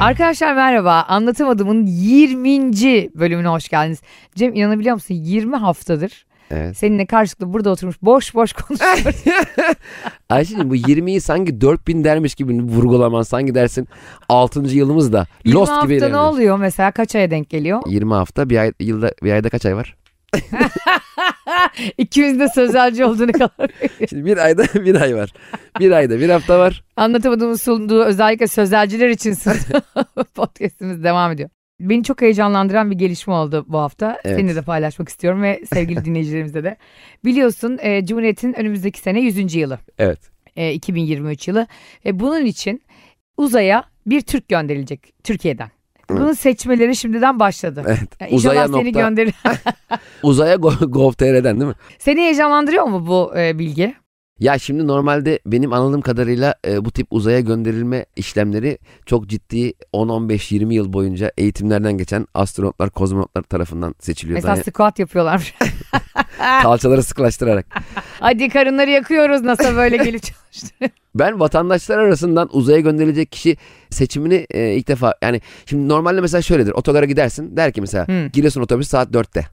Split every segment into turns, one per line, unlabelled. Arkadaşlar merhaba. Anlatamadığımın 20. bölümüne hoş geldiniz. Cem inanabiliyor musun? 20 haftadır
Evet.
seninle karşılıklı burada oturmuş boş boş konuşuyoruz.
Ayşe'cim bu 20'yi sanki 4000 dermiş gibi vurgulaman sanki dersin 6. yılımız da Lost
20
gibi
hafta ne
ilerliyoruz.
oluyor mesela? Kaç aya denk geliyor?
20 hafta bir ay yılda bir ayda kaç ay var?
İkimizin de sözelci olduğunu kadar.
Şimdi bir ayda bir ay var. Bir ayda bir hafta var.
Anlatamadığımın sunduğu özellikle sözelciler için siz- podcastimiz devam ediyor. Beni çok heyecanlandıran bir gelişme oldu bu hafta.
Evet.
Seninle de paylaşmak istiyorum ve sevgili dinleyicilerimize de. Biliyorsun e, Cumhuriyet'in önümüzdeki sene 100. yılı.
Evet.
e, 2023 yılı. E, bunun için uzaya bir Türk gönderilecek Türkiye'den. Bunun seçmeleri şimdiden başladı.
Evet.
Yani inşallah
Uzaya
seni
nokta-
gönderir.
Uzaya go- gov.tr'den değil mi?
Seni heyecanlandırıyor mu bu e, bilgi?
Ya şimdi normalde benim anladığım kadarıyla e, bu tip uzaya gönderilme işlemleri çok ciddi 10-15-20 yıl boyunca eğitimlerden geçen astronotlar, kozmonotlar tarafından seçiliyor.
Mesela
Yani
squat yapıyorlar.
kalçaları sıklaştırarak.
Hadi karınları yakıyoruz NASA böyle gelip çalıştı.
Ben vatandaşlar arasından uzaya gönderilecek kişi seçimini e, ilk defa yani şimdi normalde mesela şöyledir. Otogara gidersin der ki mesela
Hmm.
Giresun otobüs saat 4'te.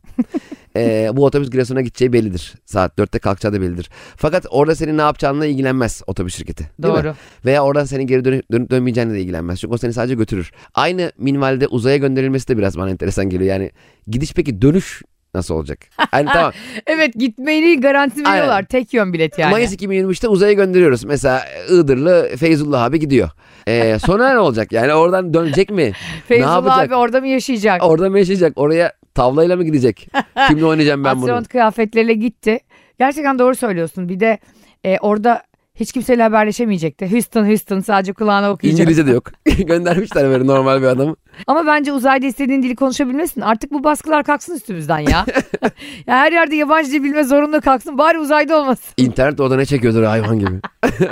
E, bu otobüs Giresun'a gideceği bellidir. Saat 4'te kalkacağı da bellidir. Fakat orada senin ne yapacağınla ilgilenmez otobüs şirketi. Değil mi?
Doğru.
Veya oradan senin geri dönüp, dönüp dönmeyeceğinle de ilgilenmez. Çünkü o seni sadece götürür. Aynı minvalde uzaya gönderilmesi de biraz bana enteresan geliyor. Yani gidiş peki dönüş nasıl olacak? Yani tamam
Evet gitmeyi garanti veriyorlar.
Aynen.
Tek yön bilet yani.
Mayıs 2023'te uzaya gönderiyoruz. Mesela Iğdırlı Feyzullah abi gidiyor. Ee, sonra ne olacak? Yani oradan dönecek mi?
Feyzullah
yapacak?
abi orada mı yaşayacak?
Orada mı yaşayacak? Oraya tavlayla mı gidecek? Kimle oynayacağım ben bunu?
Astronot kıyafetleriyle gitti. Gerçekten doğru söylüyorsun. Bir de e, orada hiç kimseyle haberleşemeyecekti. Houston Houston sadece kulağına okuyacak.
İngilizce de yok. Göndermişler böyle normal bir adamı.
Ama bence uzayda istediğin dili konuşabilmesin. Artık bu baskılar kalksın üstümüzden ya. ya her yerde yabancı dil bilme zorunlu kalksın. Bari uzayda olmasın.
İnternet orada ne çekiyordur hayvan gibi.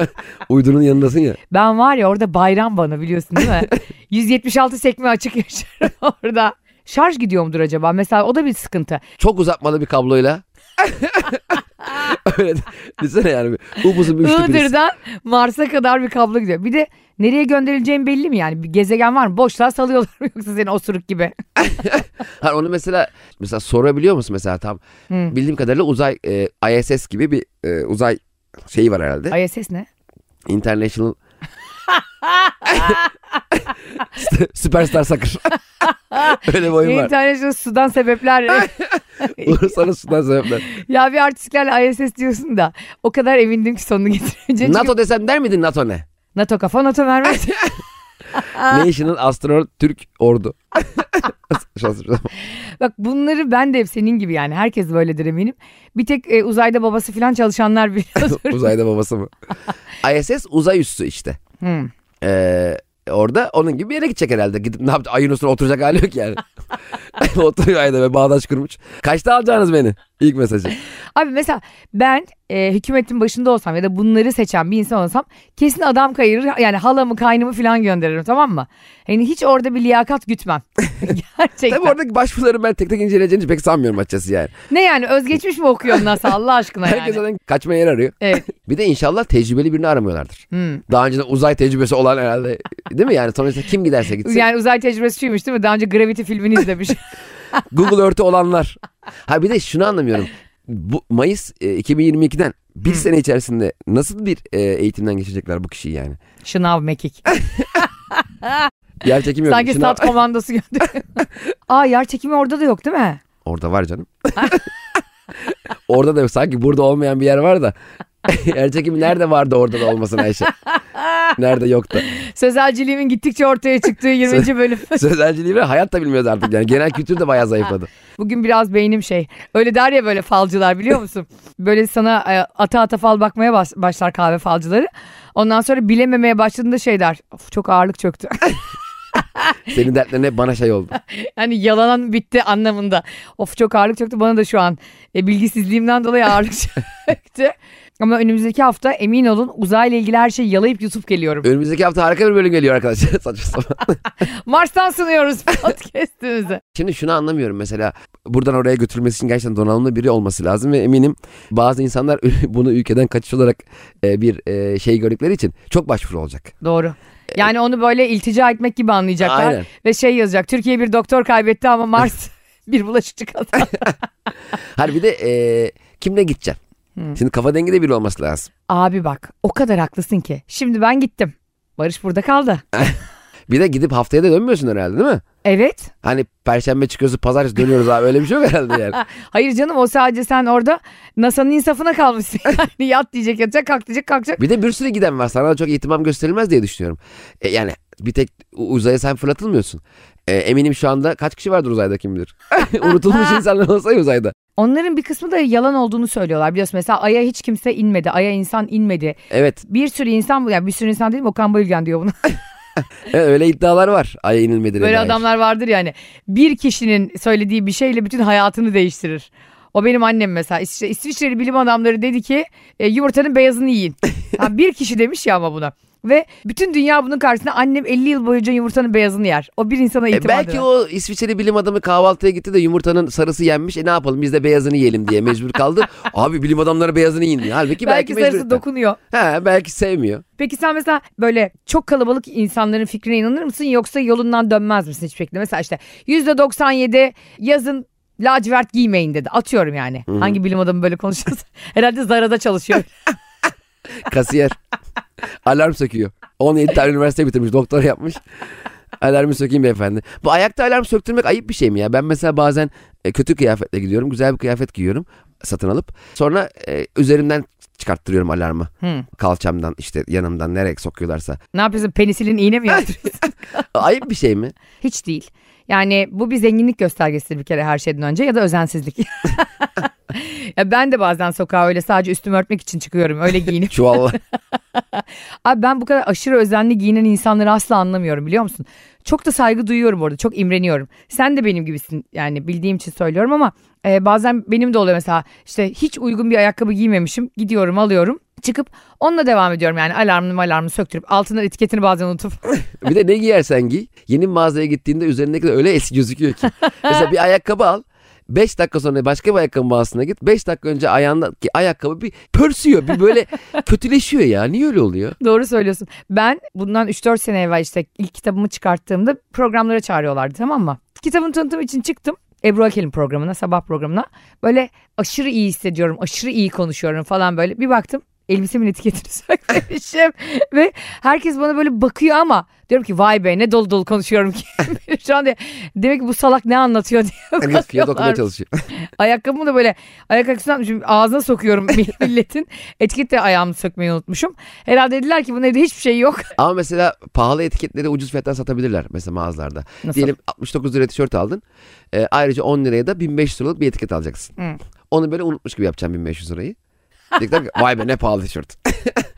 Uydunun yanındasın ya.
Ben var ya orada bayram bana biliyorsun değil mi? 176 sekme açık yaşarım orada. Şarj gidiyor mudur acaba? Mesela o da bir sıkıntı.
Çok uzatmalı bir kabloyla. Öyle de- düşünsene yani. Upuzun bir üçlü priz.
Iğdır'dan Mars'a kadar bir kablo gidiyor. Bir de nereye gönderileceğin belli mi yani? Bir gezegen var mı? Boşluğa salıyorlar mı yoksa seni osuruk gibi?
Ha, onu mesela mesela sorabiliyor musun mesela tam?
Hı.
Bildiğim kadarıyla uzay e, ISS gibi bir e, uzay şeyi var herhalde.
ISS ne?
International Sü- Superstar Soccer. Öyle bir oyun var.
İnternet sudan sebepler.
Uluslararası sudan sebepler.
Ya bir artistlerle ISS diyorsun da o kadar emindim ki sonunu getireceğim. NATO...
NATO desem der miydin NATO ne?
NATO kafa NATO vermez.
National Astronaut Türk Ordu. Şaşırdım.
Bak bunları ben de hep senin gibi yani herkes böyledir eminim. Bir tek e, uzayda babası falan çalışanlar biliyordur.
Uzayda babası mı? ISS uzay üssü işte.
Hmm.
Ee, orada onun gibi bir yere gidecek herhalde. Gidip ne yapacak? Ayın üstüne oturacak hali yok yani. Oturuyor ayda ve bağdaş kurmuş. Kaçta alacaksınız beni? İlk mesajı.
Abi mesela ben e, hükümetin başında olsam ya da bunları seçen bir insan olsam kesin adam kayırır yani halamı kaynımı falan gönderirim tamam mı? Yani hiç orada bir liyakat gütmem. Gerçekten.
Tabii oradaki başvuruları ben tek tek inceleyeceğini pek sanmıyorum açıkçası yani.
Ne yani özgeçmiş mi okuyorsun NASA Allah aşkına yani?
Herkes zaten kaçma yer arıyor.
Evet.
Bir de inşallah tecrübeli birini aramıyorlardır.
Hmm.
Daha önceden uzay tecrübesi olan herhalde değil mi? Yani sonuçta kim giderse gitsin.
Yani uzay tecrübesi şuymuş değil mi? Daha önce Gravity filmini izlemiş.
Google Earth'ü olanlar. Ha bir de şunu anlamıyorum. Bu Mayıs e, 2022'den bir sene içerisinde nasıl bir e, eğitimden geçecekler bu kişiyi yani?
Şınav mekik.
Yer çekimi yok.
Sanki
Şuna-
stat komandosu gönderiyor. Aa yer çekimi orada da yok değil mi?
Orada var canım. orada da yok. Sanki burada olmayan bir yer var da. yer çekimi nerede vardı orada da olmasın Ayşe? Nerede yok da.
Sözelciliğimin gittikçe ortaya çıktığı 20. bölüm.
Sözelciliği bile hayat da bilmiyoruz artık yani. Genel kültür de bayağı zayıfladı.
Bugün biraz beynim şey. Öyle der ya böyle falcılar biliyor musun? Böyle sana e, ata ata fal bakmaya baş- başlar kahve falcıları. Ondan sonra bilememeye başladığında şey der. Of, çok ağırlık çöktü.
Senin dertlerin hep bana şey oldu.
Yani Hani yalanan bitti anlamında. Of çok ağırlık çöktü bana da şu an e, bilgisizliğimden dolayı ağırlık çöktü. Ama önümüzdeki hafta emin olun uzayla ilgili her şeyi yalayıp yutup geliyorum.
Önümüzdeki hafta harika bir bölüm geliyor arkadaşlar. Saçma sapan.
Mars'tan sunuyoruz podcast'imizi.
Şimdi şunu anlamıyorum mesela buradan oraya götürülmesi için gerçekten donanımlı biri olması lazım ve eminim bazı insanlar bunu ülkeden kaçış olarak e, bir e, şey gördükleri için çok başvuru olacak.
Doğru. Yani onu böyle iltica etmek gibi anlayacaklar.
Aynen.
Ve şey yazacak. Türkiye bir doktor kaybetti ama Mars bir bulaşıcı kazandı.
Hayır bir de e, kimle gideceksin? Şimdi kafa dengede biri olması lazım.
Abi bak o kadar haklısın ki. Şimdi ben gittim. Barış burada kaldı.
Bir de gidip haftaya da dönmüyorsun herhalde değil mi?
Evet.
Hani perşembe çıkıyorsun pazartesi dönüyoruz abi öyle bir şey yok herhalde yani.
Hayır canım o sadece sen orada NASA'nın insafına kalmışsın. Yani yat diyecek yatacak kalk diyecek kalkacak.
Bir de bir sürü giden var. Sana da çok ihtimam gösterilmez diye düşünüyorum. E, yani bir tek u- uzaya sen fırlatılmıyorsun. E, eminim şu anda kaç kişi vardır uzayda kim bilir. Unutulmuş insanlar olsa ya uzayda.
Onların bir kısmı da yalan olduğunu söylüyorlar biliyorsun. Mesela Ay'a hiç kimse inmedi. Ay'a insan inmedi.
Evet
Bir sürü insan bu. Yani bir sürü insan değil mi? Okan Bayülgen diyor bunu.
e, öyle iddialar var. Ay'a inilmediğine
Böyle
dair.
adamlar vardır yani. Bir kişinin söylediği bir şeyle bütün hayatını değiştirir. O benim annem mesela. İsviçre, İsviçreli bilim adamları dedi ki e, yumurtanın beyazını yiyin. Ha, bir kişi demiş ya ama buna. Ve bütün dünya bunun karşısında annem 50 yıl boyunca yumurtanın beyazını yer. O bir insana
E,
itimat
belki
eder.
o İsviçreli bilim adamı kahvaltıya gitti de yumurtanın sarısı yenmiş. E ne yapalım biz de beyazını yiyelim diye mecbur kaldı. Abi bilim adamları beyazını yiyin diye. Halbuki belki,
belki sarısı
mecbur.
dokunuyor.
Ha, belki sevmiyor.
Peki sen mesela böyle çok kalabalık insanların fikrine inanır mısın yoksa yolundan dönmez misin hiç şekilde? Mesela işte %97 yazın lacivert giymeyin dedi. Atıyorum yani. Hangi bilim adamı böyle konuşuyorsa. Herhalde Zara'da çalışıyor.
Kasiyer. Alarm söküyor. 17 tane üniversite bitirmiş. Doktor yapmış. Alarmı sökeyim beyefendi. Bu ayakta alarm söktürmek ayıp bir şey mi ya? Ben mesela bazen e, kötü kıyafetle gidiyorum. Güzel bir kıyafet giyiyorum. Satın alıp. Sonra e, üzerimden çıkarttırıyorum alarmı.
Hı.
Kalçamdan işte yanımdan nereye sokuyorlarsa.
ne yapıyorsun penisilin iğne mi yaptırıyorsun?
Ayıp bir şey mi?
hiç değil. Yani bu bir zenginlik göstergesidir bir kere her şeyden önce ya da özensizlik. ya ben de bazen sokağa öyle sadece üstümü örtmek için çıkıyorum öyle giyinip.
Çuvalla.
Abi ben bu kadar aşırı özenli giyinen insanları asla anlamıyorum biliyor musun? Çok da saygı duyuyorum orada. Çok imreniyorum. Sen de benim gibisin yani bildiğim için söylüyorum ama e, bazen benim de oluyor mesela işte hiç uygun bir ayakkabı giymemişim. Gidiyorum alıyorum çıkıp onunla devam ediyorum yani alarmını alarmı söktürüp altından etiketini bazen unutup
Bir de ne giyersen giy. Yeni mağazaya gittiğinde üzerindeki de öyle eski gözüküyor ki. Mesela bir ayakkabı al. 5 dakika sonra başka bir ayakkabı mağazasına git. 5 dakika önce ayağındaki ayakkabı bir pörsüyor. Bir böyle kötüleşiyor ya. Niye öyle oluyor?
Doğru söylüyorsun. Ben bundan 3-4 sene evvel işte ilk kitabımı çıkarttığımda programlara çağırıyorlardı tamam mı? Kitabın tanıtımı için çıktım. Ebru Akel'in programına, sabah programına. Böyle aşırı iyi hissediyorum, aşırı iyi konuşuyorum falan böyle. Bir baktım elbisemin etiketini sökmemişim. Ve herkes bana böyle bakıyor ama diyorum ki vay be ne dolu dolu konuşuyorum ki. Şu anda demek ki bu salak ne anlatıyor diye
Herkes Hani fiyat okumaya
bakıyorlar.
çalışıyor.
Ayakkabımı da böyle ayak akısını atmışım. Ağzına sokuyorum milletin. Etiket de ayağımı sökmeyi unutmuşum. Herhalde dediler ki bunun evde hiçbir şey yok.
Ama mesela pahalı etiketleri ucuz fiyattan satabilirler. Mesela mağazalarda.
Nasıl?
Diyelim 69 liraya tişört aldın. Ee, ayrıca 10 liraya da 1500 liralık bir etiket alacaksın.
Hı.
Onu böyle unutmuş gibi yapacaksın 1500 lirayı. Diyecekler ki vay be ne pahalı tişört.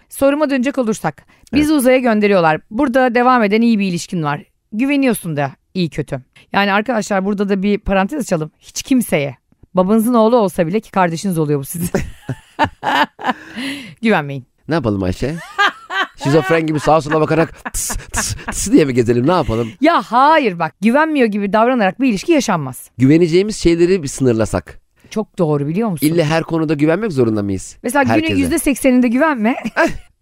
Soruma dönecek olursak. Bizi uzaya gönderiyorlar. Burada devam eden iyi bir ilişkin var. Güveniyorsun da iyi kötü. Yani arkadaşlar burada da bir parantez açalım. Hiç kimseye. Babanızın oğlu olsa bile ki kardeşiniz oluyor bu sizin. Güvenmeyin.
Ne yapalım Ayşe? Şizofren gibi sağa sola bakarak tıs tıs tıs diye mi gezelim ne yapalım?
Ya hayır bak güvenmiyor gibi davranarak bir ilişki yaşanmaz.
Güveneceğimiz şeyleri bir sınırlasak.
Çok doğru biliyor musun?
İlle her konuda güvenmek zorunda mıyız?
Mesela
Herkese.
günün yüzde sekseninde güvenme.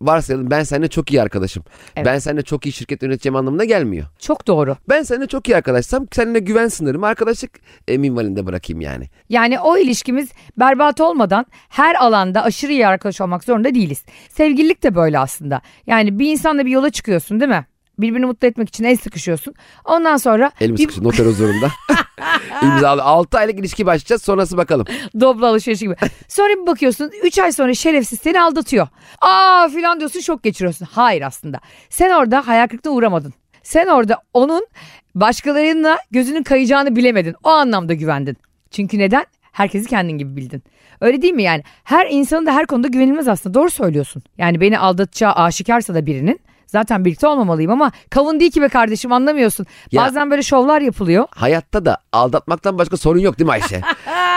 Varsayalım ben seninle çok iyi arkadaşım.
Evet.
Ben seninle çok iyi şirket yöneteceğim anlamına gelmiyor.
Çok doğru.
Ben seninle çok iyi arkadaşsam seninle güven sınırımı arkadaşlık e, minvalinde bırakayım yani.
Yani o ilişkimiz berbat olmadan her alanda aşırı iyi arkadaş olmak zorunda değiliz. Sevgililik de böyle aslında. Yani bir insanla bir yola çıkıyorsun değil mi? Birbirini mutlu etmek için el sıkışıyorsun. Ondan sonra
Elim
bir
sıkıştı noter huzurunda. İmzalı 6 aylık ilişki başlayacağız sonrası bakalım.
dobla alışverişi gibi. Sonra bir bakıyorsun 3 ay sonra şerefsiz seni aldatıyor. Aa filan diyorsun şok geçiriyorsun. Hayır aslında. Sen orada hayal kırıklığına uğramadın. Sen orada onun başkalarına gözünün kayacağını bilemedin. O anlamda güvendin. Çünkü neden? Herkesi kendin gibi bildin. Öyle değil mi yani? Her insanın da her konuda güvenilmez aslında. Doğru söylüyorsun. Yani beni aldatacağı aşikarsa da birinin zaten birlikte olmamalıyım ama kavun değil ki be kardeşim anlamıyorsun.
Ya-
Bazen böyle şovlar yapılıyor.
Hayatta da aldatmaktan başka sorun yok değil mi Ayşe?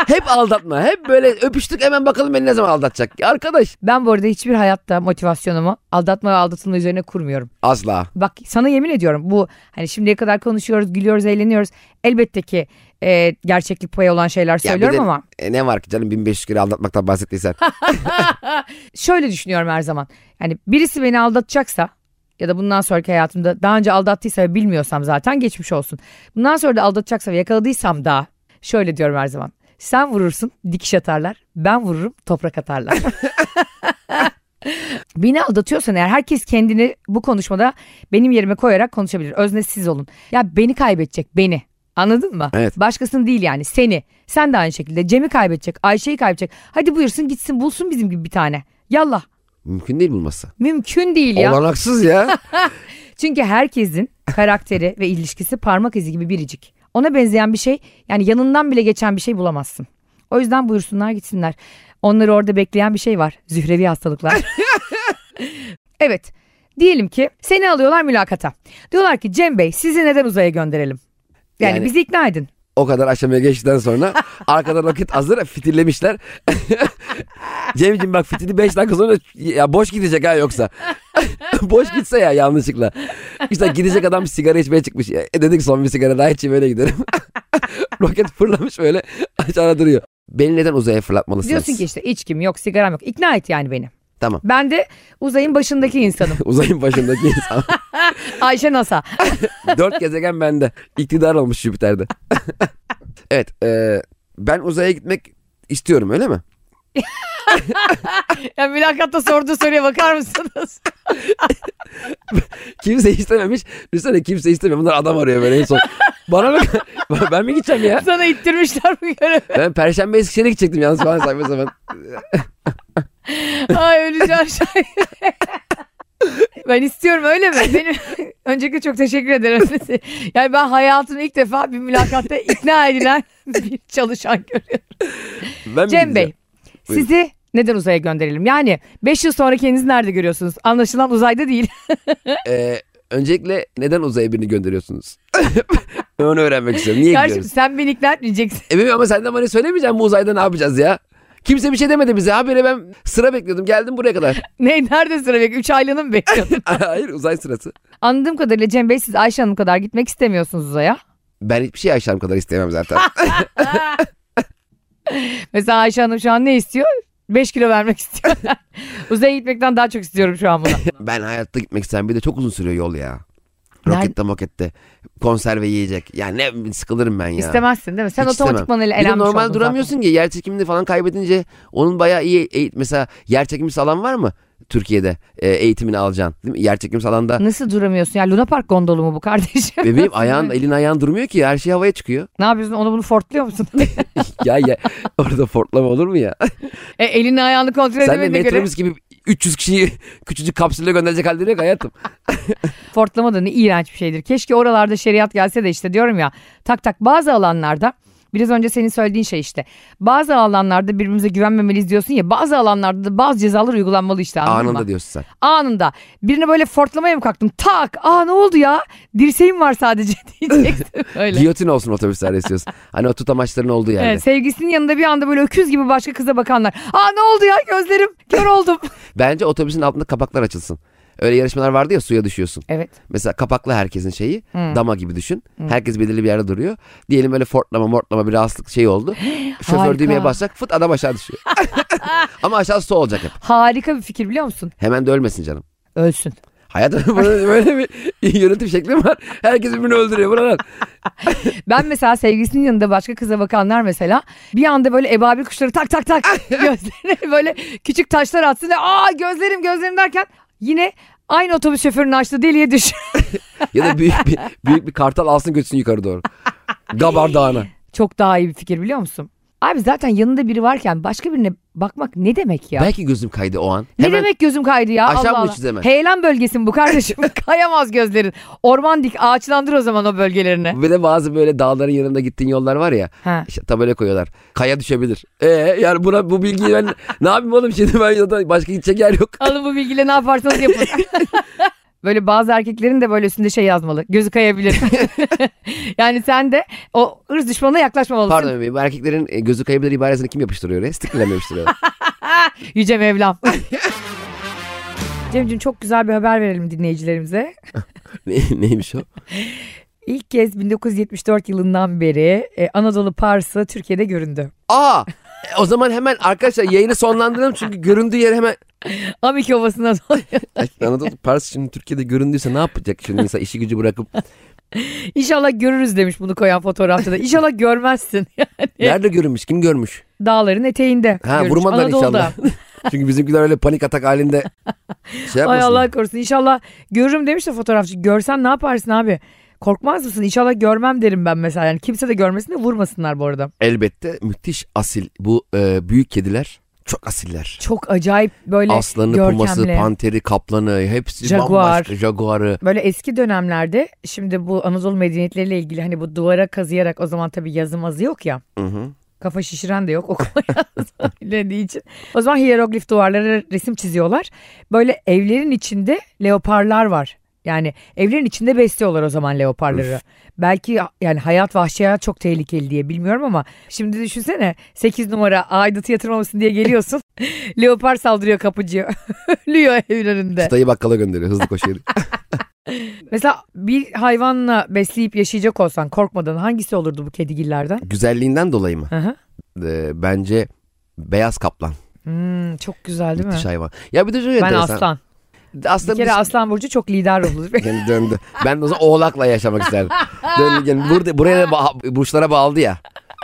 hep aldatma. Hep böyle öpüştük hemen bakalım beni ne zaman aldatacak. Arkadaş
Ben bu arada hiçbir hayatta motivasyonumu aldatma ve aldatılma üzerine kurmuyorum.
asla.
Bak sana yemin ediyorum bu hani şimdiye kadar konuşuyoruz, gülüyoruz, eğleniyoruz. Elbette ki e, gerçeklik payı olan şeyler
Ya bir
söylüyorum
de-
ama
E ne var ki canım 1500 kere aldatmaktan bahsettiysen.
şöyle düşünüyorum her zaman. Yani birisi beni Hani, aldatacaksa ya da bundan sonraki hayatımda daha önce aldattıysa ve bilmiyorsam zaten geçmiş olsun. Bundan sonra da aldatacaksa ve yakaladıysam da şöyle diyorum her zaman. Sen vurursun dikiş atarlar. Ben vururum toprak atarlar. Beni aldatıyorsan eğer herkes kendini bu konuşmada benim yerime koyarak konuşabilir. Öznesiz olun. Ya beni kaybedecek beni. Anladın mı?
Evet.
Başkasını değil yani seni. Sen de aynı şekilde Cem'i kaybedecek, Ayşe'yi kaybedecek. Hadi buyursun gitsin bulsun bizim gibi bir tane. Yallah.
Mümkün değil bulması.
Mümkün değil ya.
Olanaksız ya.
Çünkü herkesin karakteri ve ilişkisi parmak izi gibi biricik. Ona benzeyen bir şey yani yanından bile geçen bir şey bulamazsın. O yüzden buyursunlar gitsinler. Onları orada bekleyen bir şey var. Zührevi hastalıklar. evet. Diyelim ki seni alıyorlar mülakata. Diyorlar ki Cem Bey sizi neden uzaya gönderelim? Yani,
Yani-
bizi ikna edin.
o kadar aşamaya geçtikten sonra arkada roket hazır fitillemişler. Cemciğim bak fitili 5 dakika sonra ya boş gidecek ha yoksa. boş gitse ya yanlışlıkla. İşte gidecek adam sigara içmeye çıkmış. E dedik son bir sigara daha içeyim öyle giderim. roket fırlamış böyle aşağıda duruyor. Beni neden uzaya fırlatmalısınız?
Diyorsun ki işte içkim yok sigaram yok. İkna et yani beni.
Tamam.
Ben de uzayın başındaki insanım.
Uzayın başındaki insan.
Ayşe NASA.
Dört gezegen bende. İktidar olmuş Jüpiter'de. evet. e, ben uzaya gitmek istiyorum öyle mi?
Ya mülakatta sorduğu soruya bakar mısınız?
Kimse istememiş. Düşünsene kimse istemiyor. Bunlar adam arıyor böyle en son. Bana bak. ben mi gideceğim ya?
Sana ittirmişler bu görevi.
Ben Perşembe Eskişehir'e gidecektim yalnız falan saçma sapan.
Ay öleceğim şey. ben istiyorum öyle mi? Benim öncelikle çok teşekkür ederim. Yani ben hayatımda ilk defa bir mülakatta ikna edilen bir çalışan görüyorum.
Ben mi
Cem Bey,
gideceğim? Buyurun.
sizi neden uzaya gönderelim? Yani 5 yıl sonra kendinizi nerede görüyorsunuz? Anlaşılan uzayda değil.
Ee, öncelikle neden uzaya birini gönderiyorsunuz? Ben onu öğrenmek istiyorum. Niye
Karşım
gidiyoruz?
sen beni ikna etmeyeceksin.
E bebeğim ama senden bana söylemeyeceğim bu uzayda ne yapacağız ya? Kimse bir şey demedi bize. Habire ben sıra bekliyordum. Geldim buraya kadar.
Ne, nerede sıra bekliyor? 3 aylığını mı bekliyordun?
Hayır uzay sırası.
Anladığım kadarıyla Cem Bey siz Ayşe Hanım kadar gitmek istemiyorsunuz uzaya.
Ben hiçbir şey Ayşem kadar istemem zaten.
Mesela Ayşe Hanım şu an ne istiyor? 5 kilo vermek istiyor. Uzaya gitmekten daha çok istiyorum şu an bunu.
ben hayatta gitmek isterim. Bir de çok uzun sürüyor yol ya. Rokette mokette. Konserve yiyecek. Yani ne sıkılırım ben ya.
İstemezsin değil mi? Sen
Hiç istemem.
otomatikman öyle
Bir de
elenmiş
normal
oldun
duramıyorsun ki yer çekimini falan kaybedince onun bayağı iyi eğit mesela yer çekimi alan var mı Türkiye'de e, eğitimini alacaksın değil mi? Yer çekimi salanda
zaten. Nasıl duramıyorsun? Ya Luna Park gondolu mu bu kardeşim?
bebeğim
Nasıl
ayağın
duramıyorsun?
elin ayağın durmuyor ki her şey havaya çıkıyor.
Ne yapıyorsun? Onu bunu fortluyor musun?
ya ya orada fortlama olur mu ya?
e, elini ayağını kontrol
Sen de
edemediğine göre.
metrobüs gibi 300 kişiyi küçücük kapsüle gönderecek halde yok hayatım.
Fortlama da ne iğrenç bir şeydir. Keşke oralarda şeriat gelse de işte diyorum ya. Tak tak bazı alanlarda biraz önce senin söylediğin şey işte. Bazı alanlarda birbirimize güvenmemeliyiz diyorsun ya. Bazı alanlarda da bazı cezalar uygulanmalı işte. anladın mı?
Anında diyorsun sen.
anında birine böyle fortlamaya mı kalktım tak aa ne oldu ya dirseğim var sadece diyeceksin öyle.
Giyotin olsun otobüslerde istiyorsun. Hani o tutamaçların olduğu yerde.
Evet, sevgisinin yanında bir anda böyle öküz gibi başka kıza bakanlar. Aa ne oldu ya gözlerim kör oldum.
Bence otobüsün altında kapaklar açılsın. Öyle yarışmalar vardı ya suya düşüyorsun.
evet.
Mesela kapaklı herkesin şeyi dama gibi düşün. Herkes belirli bir yerde duruyor. Diyelim öyle fortlama mortlama bir rahatsızlık şey oldu. Şoför
Harika.
düğmeye basacak fıt adam aşağı düşüyor. Ama aşağısı su olacak hep.
Harika bir fikir biliyor musun?
Hemen de ölmesin canım.
Ölsün.
Hayatım böyle, böyle bir yönetim şekli var. Herkes birbirini öldürüyor. Buna lan.
Ben mesela sevgisinin yanında başka kıza bakanlar mesela bir anda böyle ebabil kuşları tak tak tak gözlerine böyle küçük taşlar atsın ve aa gözlerim gözlerim derken yine aynı otobüs şoförünün açtığı deliğe düş.
Ya da büyük bir, büyük bir kartal alsın götürsün yukarı doğru. Gabar Dağı'na.
Çok daha iyi bir fikir biliyor musun? Abi zaten yanında biri varken başka birine bakmak ne demek ya?
Belki gözüm kaydı o an.
ne
Hemen
demek gözüm kaydı ya?
Aşağı
Allah
mı
Allah.
uçacağız hemen?
Heyelan bölgesi mi bu kardeşim? Kayamaz gözlerin. Orman dik ağaçlandır o zaman o bölgelerini.
Bir de bazı böyle dağların yanında gittiğin yollar var ya.
Ha.
İşte tabela koyuyorlar. Kaya düşebilir. Ee yani buna bu bilgiyi ben ne yapayım oğlum şimdi ben zaten başka gidecek yer yok.
Alın bu bilgiyle ne yaparsanız yapın. böyle bazı erkeklerin de böyle üstünde şey yazmalı. Gözü kayabilir. yani sen de o ırz düşmanına yaklaşmamalısın.
Pardon bebeğim bu erkeklerin e, gözü kayabilir ibaresini kim yapıştırıyor oraya? Sticker'la mı yapıştırıyorlar?
Yüce Mevlam. Cemcim çok güzel bir haber verelim dinleyicilerimize.
Ne- neymiş o?
İlk kez 1974 yılından beri e, Anadolu Parsı Türkiye'de göründü.
Aa e, o zaman hemen arkadaşlar yayını sonlandıralım çünkü göründüğü yer hemen
Amik Ovası'na dolayı.
Ay, Anadolu Pars şimdi Türkiye'de göründüyse ne yapacak şimdi insan işi gücü bırakıp
İnşallah görürüz demiş bunu koyan fotoğrafta da. İnşallah görmezsin.
nerede görünmüş kim görmüş?
Dağların eteğinde.
Ha
görmüş.
vurmadılar
Anadolu'da.
inşallah. Çünkü bizimkiler öyle panik atak halinde şey yapmasın.
Ay Allah korusun. İnşallah görürüm demiş de fotoğrafçı. Görsen ne yaparsın abi? Korkmaz mısın? İnşallah görmem derim ben mesela. Yani kimse de görmesin de vurmasınlar bu arada.
Elbette müthiş asil bu e, büyük kediler çok asiller.
Çok acayip böyle
Aslanı,
görkemli.
puması, panteri, kaplanı hepsi
Jaguar.
bambaşka. Jaguarı.
Böyle eski dönemlerde şimdi bu Anadolu medeniyetleriyle ilgili hani bu duvara kazıyarak o zaman tabii yazı mazı yok ya.
Hı hı.
Kafa şişiren de yok okuma yazılabildiği için. O zaman hieroglif duvarlara resim çiziyorlar. Böyle evlerin içinde leoparlar var. Yani evlerin içinde besliyorlar o zaman leoparları. Belki yani hayat vahşi hayat çok tehlikeli diye bilmiyorum ama şimdi düşünsene 8 numara aidatı yatırmamışsın diye geliyorsun. Leopar saldırıyor kapıcıya. Ölüyor evin önünde.
Çıtayı bakkala gönderiyor hızlı koşuyor.
Mesela bir hayvanla besleyip yaşayacak olsan korkmadan hangisi olurdu bu kedigillerden?
Güzelliğinden dolayı mı?
Hı hı.
E, bence beyaz kaplan.
Hmm, çok güzel değil mi?
Müthiş hayvan. Ya bir de şöyle
Ben
enteresan.
aslan. Bir
Aslan
kere aslan burcu çok lider ruhludur.
Gene döndü. Ben de o zaman oğlakla yaşamak isterdim. döndü gene. Burada, buraya da ba- burçlara bağladı ya.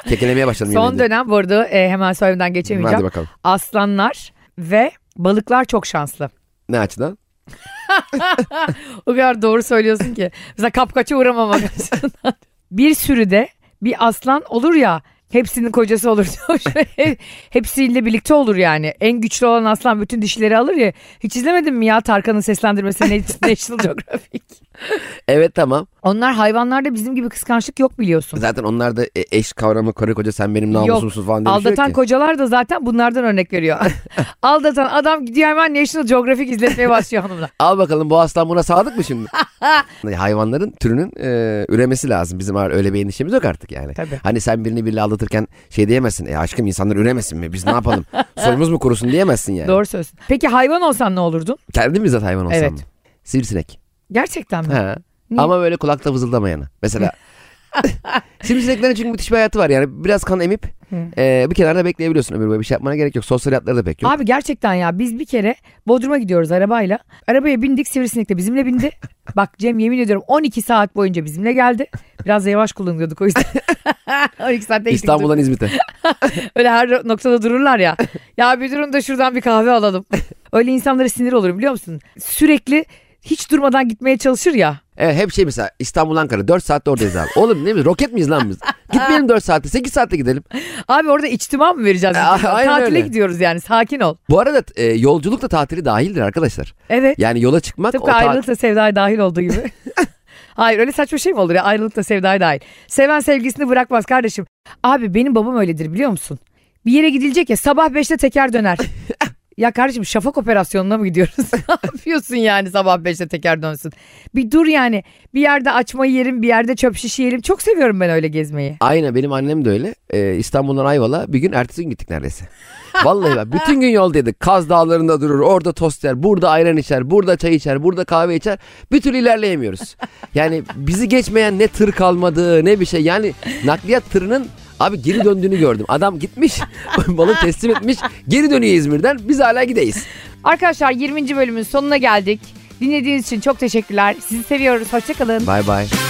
Kekelemeye başladım.
Son
yemin ediyorum.
dönem bu arada e, hemen söylemeden geçemeyeceğim.
Hadi bakalım.
Aslanlar ve balıklar çok şanslı.
Ne açıdan?
O kadar doğru söylüyorsun ki. Mesela kapkaça uğramamak açısından. Bir sürüde bir aslan olur ya hepsinin kocası olur. Hepsiyle birlikte olur yani. En güçlü olan aslan bütün dişileri alır ya. Hiç izlemedin mi ya Tarkan'ın seslendirmesini National Geographic?
Evet tamam.
Onlar hayvanlarda bizim gibi kıskançlık yok biliyorsun.
Zaten onlar da e, eş kavramı karı koca sen benim
Yok.
namusumsun falan diye bir şey yok
Aldatan
ki.
kocalar da zaten bunlardan örnek veriyor. Aldatan adam gidiyor hemen National Geographic izletmeye başlıyor hanımla.
Al bakalım bu aslan buna sadık mı şimdi? Hani Hayvanların türünün e, üremesi lazım. Bizim öyle bir endişemiz yok artık yani.
Tabii.
Hani sen birini biriyle aldatırken şey diyemezsin. E aşkım insanlar üremesin mi? Biz ne yapalım? Soyumuz mu kurusun diyemezsin yani.
Doğru söylüyorsun. Peki hayvan olsan ne olurdun?
Kendim bizzat hayvan olsam
Evet.
mı? Sivrisinek.
Gerçekten mi?
Ha.
Niye?
Ama böyle kulakta vızıldamayanı. Mesela Sivrisineklerin çünkü müthiş bir hayatı var yani. Biraz kan emip
Hı.
e, bir kenarda bekleyebiliyorsun ömür boyu. Bir şey yapmana gerek yok. Sosyal hayatları da pek yok.
Abi gerçekten ya biz bir kere Bodrum'a gidiyoruz arabayla. Arabaya bindik Sivrisinek'le bizimle bindi. Bak Cem yemin ediyorum 12 saat boyunca bizimle geldi. Biraz da yavaş kullanıyorduk o yüzden. 12 saatte gittik.
İstanbul'dan İzmit'e.
Öyle her noktada dururlar ya. Ya bir durun da şuradan bir kahve alalım. Öyle insanlara sinir olurum biliyor musun? Sürekli hiç durmadan gitmeye çalışır ya.
Evet hep şey mesela İstanbul Ankara 4 saatte oradayız abi. Oğlum ne biz roket miyiz lan biz? Gitmeyelim 4 saatte 8 saatte gidelim.
Abi orada içtima mı vereceğiz?
Aa, E, aynen
Tatile
öyle.
gidiyoruz yani sakin ol.
Bu arada e, yolculuk da tatili dahildir arkadaşlar.
Evet.
Yani yola çıkmak
Tıpkı
ta-
ayrılık da sevdaya dahil olduğu gibi. Hayır öyle saçma şey mi olur ya ayrılık da sevdaya dahil. Seven sevgisini bırakmaz kardeşim. Abi benim babam öyledir biliyor musun? Bir yere gidilecek ya sabah 5'te teker döner. ya kardeşim şafak operasyonuna mı gidiyoruz? ne yapıyorsun yani sabah 5'te teker dönsün? Bir dur yani bir yerde açma yerim bir yerde çöp şişi yiyelim. Çok seviyorum ben öyle gezmeyi.
Aynen benim annem de öyle. E, İstanbul'dan Ayvalık'a bir gün ertesi gün gittik neredeyse. Vallahi bak bütün gün yoldaydık. Kaz dağlarında durur. Orada tost yer. Burada ayran içer. Burada çay içer. Burada kahve içer. Bir türlü ilerleyemiyoruz. Yani bizi geçmeyen ne tır kalmadı ne bir şey. Yani nakliyat tırının abi geri döndüğünü gördüm. Adam gitmiş. Malı teslim etmiş. Geri dönüyor İzmir'den. Biz hala gideyiz.
Arkadaşlar 20. bölümün sonuna geldik. Dinlediğiniz için çok teşekkürler. Sizi seviyoruz. Hoşçakalın.
Bay bay.